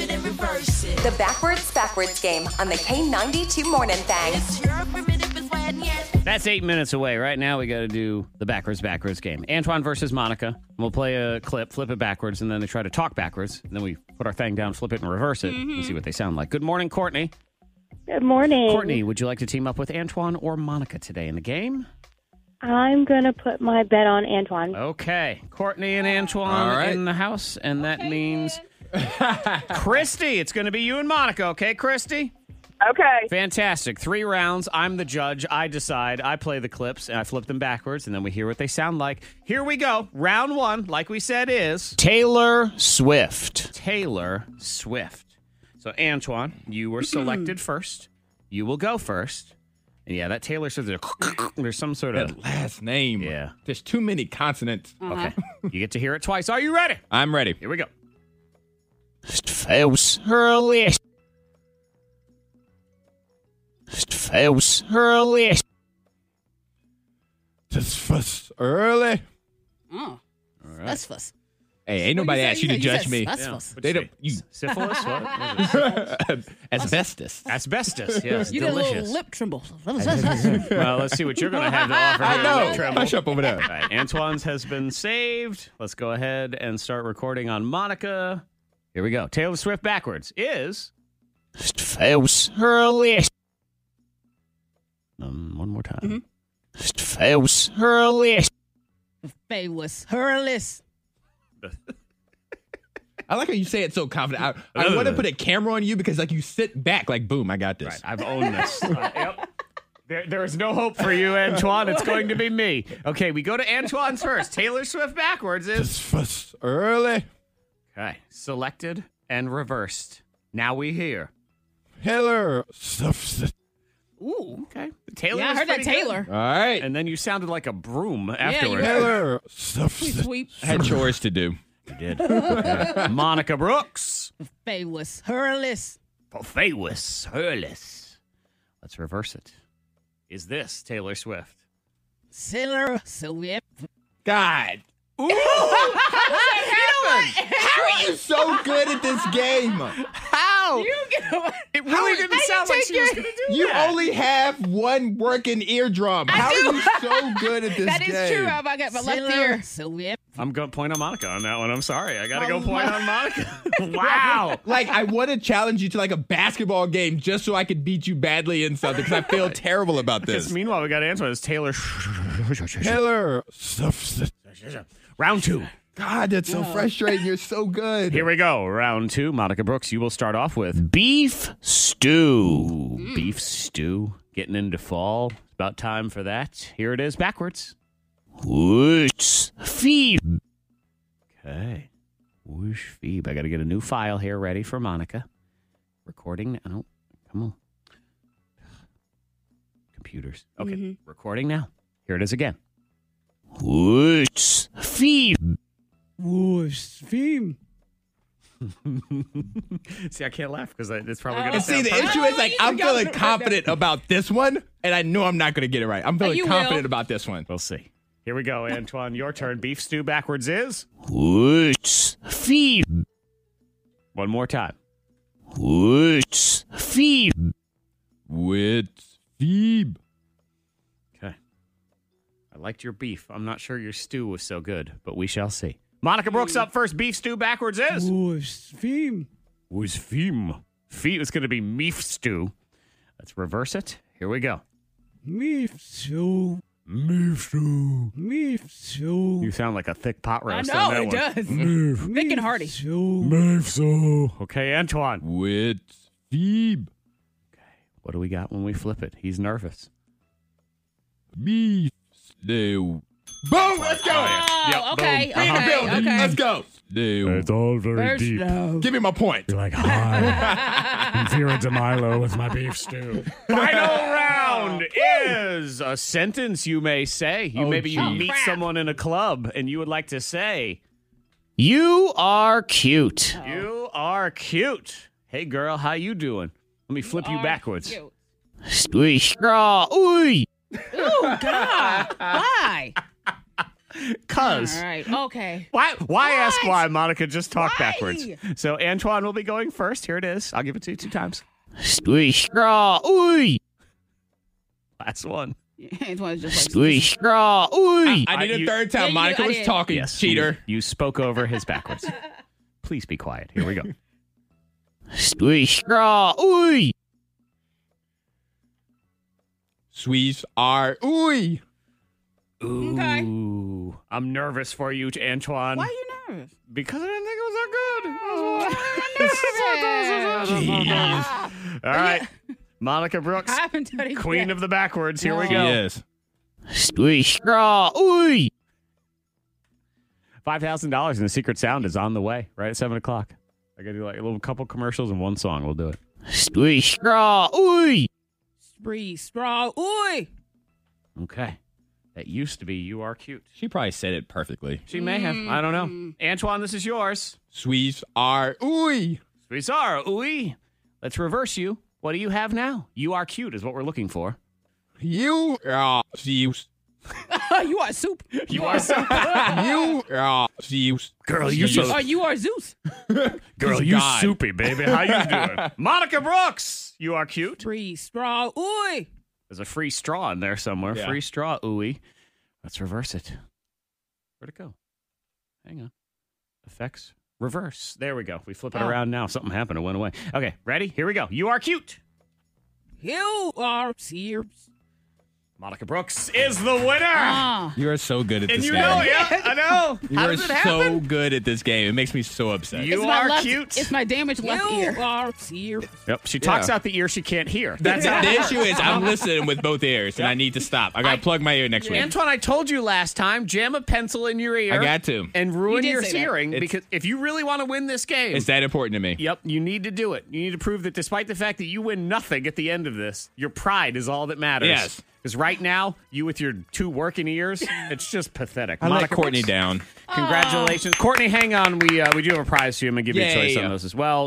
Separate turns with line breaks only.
verses.
The backwards, backwards game on the K92 Morning Thing.
It's your primitive is when yes.
That's eight minutes away. Right now, we got to do the backwards, backwards game. Antoine versus Monica. We'll play a clip, flip it backwards, and then they try to talk backwards. And then we put our thing down, flip it, and reverse it, and see what they sound like. Good morning, Courtney.
Good morning.
Courtney, would you like to team up with Antoine or Monica today in the game?
I'm going to put my bet on Antoine.
Okay, Courtney and Antoine
All right.
in the house, and that means Christy. It's going to be you and Monica. Okay, Christy.
Okay.
Fantastic. Three rounds. I'm the judge. I decide. I play the clips and I flip them backwards and then we hear what they sound like. Here we go. Round one, like we said, is Taylor Swift. Taylor Swift. So, Antoine, you were selected first. You will go first. And yeah, that Taylor Swift, there's- there's some sort of.
That last name.
Yeah.
There's too many consonants.
Mm.
Okay. You get to hear it twice. Are you ready?
I'm ready.
Here we go. Fails her list. Fails her list.
This was early.
Oh, that's fuss.
Hey, ain't nobody
said-
asked
you
you to
said- you
judge
said
me.
sus- Asbestos.
What'd
They
you
don't-
say?
you-
S- syphilis. What? What is it?
Asbestos.
Asbestos. Yes,
You did a
delicious.
little lip tremble.
well, let's see what you're going to have to offer.
I
here,
know.
Lip Tremble.
Hush up over
All
there.
right, Antoine's has been saved. Let's go ahead and start recording on Monica. Here we go. Taylor Swift backwards is. Fails her list. Um, one more time.
Mm-hmm.
Fails her list.
Faye was hurless.
I like how you say it so confident. I,
No,
I
no,
want to
no.
put a camera on you because like you sit back like boom, I got this.
Right, I've owned this. Uh, yep. There, there is no hope for you, Antoine. It's going to be me. Okay, we go to Antoine's first. Taylor Swift backwards is.
This was early.
Okay. Selected and reversed. Now we hear.
Taylor. Subs-
Ooh. Okay. Taylor.
Yeah, I
was
heard that
pretty good.
Taylor.
All right.
And then you sounded like a broom
you
afterwards.
Taylor.
Sweep,
Subs-
sweep.
Had chores to do.
Monica Brooks.
Faye was hurless.
Fawus Hurlis. Let's reverse it. Is this Taylor Swift?
Sailor Sylvia.
God. Ooh. How are you so good at this game?
How? it really didn't sound like she was going to do
You
that.
only have one working eardrum. How are you so good at this
That
game?
is true. Rob. I got my left
Sailor
ear.
Sylvia.
I'm going to point on Monica on that one. I'm sorry. I got to go point on Monica. wow.
Like I want to challenge you to like a basketball game just so I could beat you badly in something because I feel terrible about
Because
this.
meanwhile, we got to answer this Taylor.
Taylor,
Round two.
God, that's so frustrating. You're so good.
Here we go. Round two. Monica Brooks, you will start off with beef stew. Beef stew. Getting into fall. It's about time for that. Here it is backwards. Whoosh feeb. Okay. Whoosh feeb. I got to get a new file here ready for Monica. Recording now. Come on. Computers. Okay. Recording now. Here it is again. Whoosh feeb.
Whoosh. Fame.
See, I can't laugh because it's probably going
And see, the issue is like I'm feeling confident about this one, and I know I'm not going to get it right. I'm feeling
you will.
confident about this one.
We'll see. Here we go, Antoine. Your turn. Beef stew backwards is.
Woots feed.
One more time.
Woots feed.
With Phoebe.
Okay. I liked your beef. I'm not sure your stew was so good, but we shall see. Monica Brooks up first. Beef stew backwards is.
Whoosh. Fame.
Was feem. Feet is going to be meef stew. Let's reverse it. Here we go.
Me so.
Meef stew.
Me so.
You sound like a thick pot
I
roast.
know,
on
it
that
does.
one. Meef.
Thick and hearty.
Oh,
Meef stew. Okay, Antoine.
With Phoebe.
What do we got when we flip it? He's nervous.
Beef stew. Boom! Let's go!
Oh, okay.
boom.
In the
Okay.
building.
Okay.
Uh-huh. Let's go. Stew.
all very
Give me my point.
You're like, hi, I'm Vera DeMilo with my beef stew. Final round is a sentence you may say. You
Oh,
maybe you
geez.
meet someone in a club and you would like to say, "You are cute.
Oh.
You are cute. Hey, girl, how you doing? Let me flip you, backwards.
Oh, Cute.
Squish. Ooh.
Why?
Cuz.
All right. Okay.
Why, why ask
What?
why, Monica? Just talk
Why?
backwards. So Antoine will be going first. Here it is. I'll give it to you two times.
Squishcraw, ooey.
Last one.
Antoine's just like,
Squishcraw, ooey.
I did
I-
a
you-
third time.
Yeah, you-
Monica
I
was
did.
talking. Cheater.
You, you spoke over his backwards. Please be quiet. Here we go.
Squishcraw, ooey.
Sweets are ooey.
Okay.
Ooh, I'm nervous for you, Antoine.
why are you nervous?
Because I didn't think it was that good.
Jeez.
All right. Monica Brooks,
I haven't done it
queen
yet.
of the backwards. Here we
No.
go.
Yes.
Squishcraw, ooey.
Five thousand dollars and the secret sound is on the way. Right at seven o'clock. I gotta do like a little couple commercials and one song. We'll do it.
Squishcraw, ooey.
Spree, straw, ooey.
Okay. That used to be you are cute.
She probably said it perfectly.
She may have. I don't know. Antoine, this is yours.
Sweets are ooey.
We saw her. Ooh. Let's reverse you. What do you have now? You are cute is what we're looking for.
You are Zeus.
you are soup.
You are so
You are Zeus.
Girl, you so-
Oh, you are Zeus.
girl.
He's
You
God.
soupy baby. How you doing? Monica Brooks. You are cute.
Spree, straw, ooey.
There's a free straw in there somewhere.
Yeah.
Free straw, ooey. Let's reverse it. Where'd it go? Hang on. Effects. Reverse. There we go. We flip it
Oh.
around now. Something happened. It went away. Okay, ready? Here we go. You are cute.
You are Sears.
Monica Brooks is the winner.
Ah.
You are so good at
and
this
you
game.
know, yeah, I know.
You
How
are
does it
so
happen?
good at this game. It makes me so upset.
You
It's my
are
left-
cute.
It's my damaged left
You
ear. You are Sears.
Yep. She talks
Yeah.
out the ear she can't hear.
That's it. The issue is I'm listening with both ears, and I need to stop. I gotta plug my ear next week.
Antoine, I told you last time, jam a pencil in your ear.
I got to.
And ruin
You did
your
say that.
hearing
It's-
because if you really want to win this game,
It's that important to me.
Yep, you need to do it. You need to prove that despite the fact that you win nothing at the end of this, your pride is all that matters.
Yes.
Because right now, you with your two working ears, it's just pathetic.
I let
Monica,
Courtney down.
Congratulations. Courtney, hang on. We uh, we do have a prize for you. I'm going to give you a
Yay.
choice on those as well.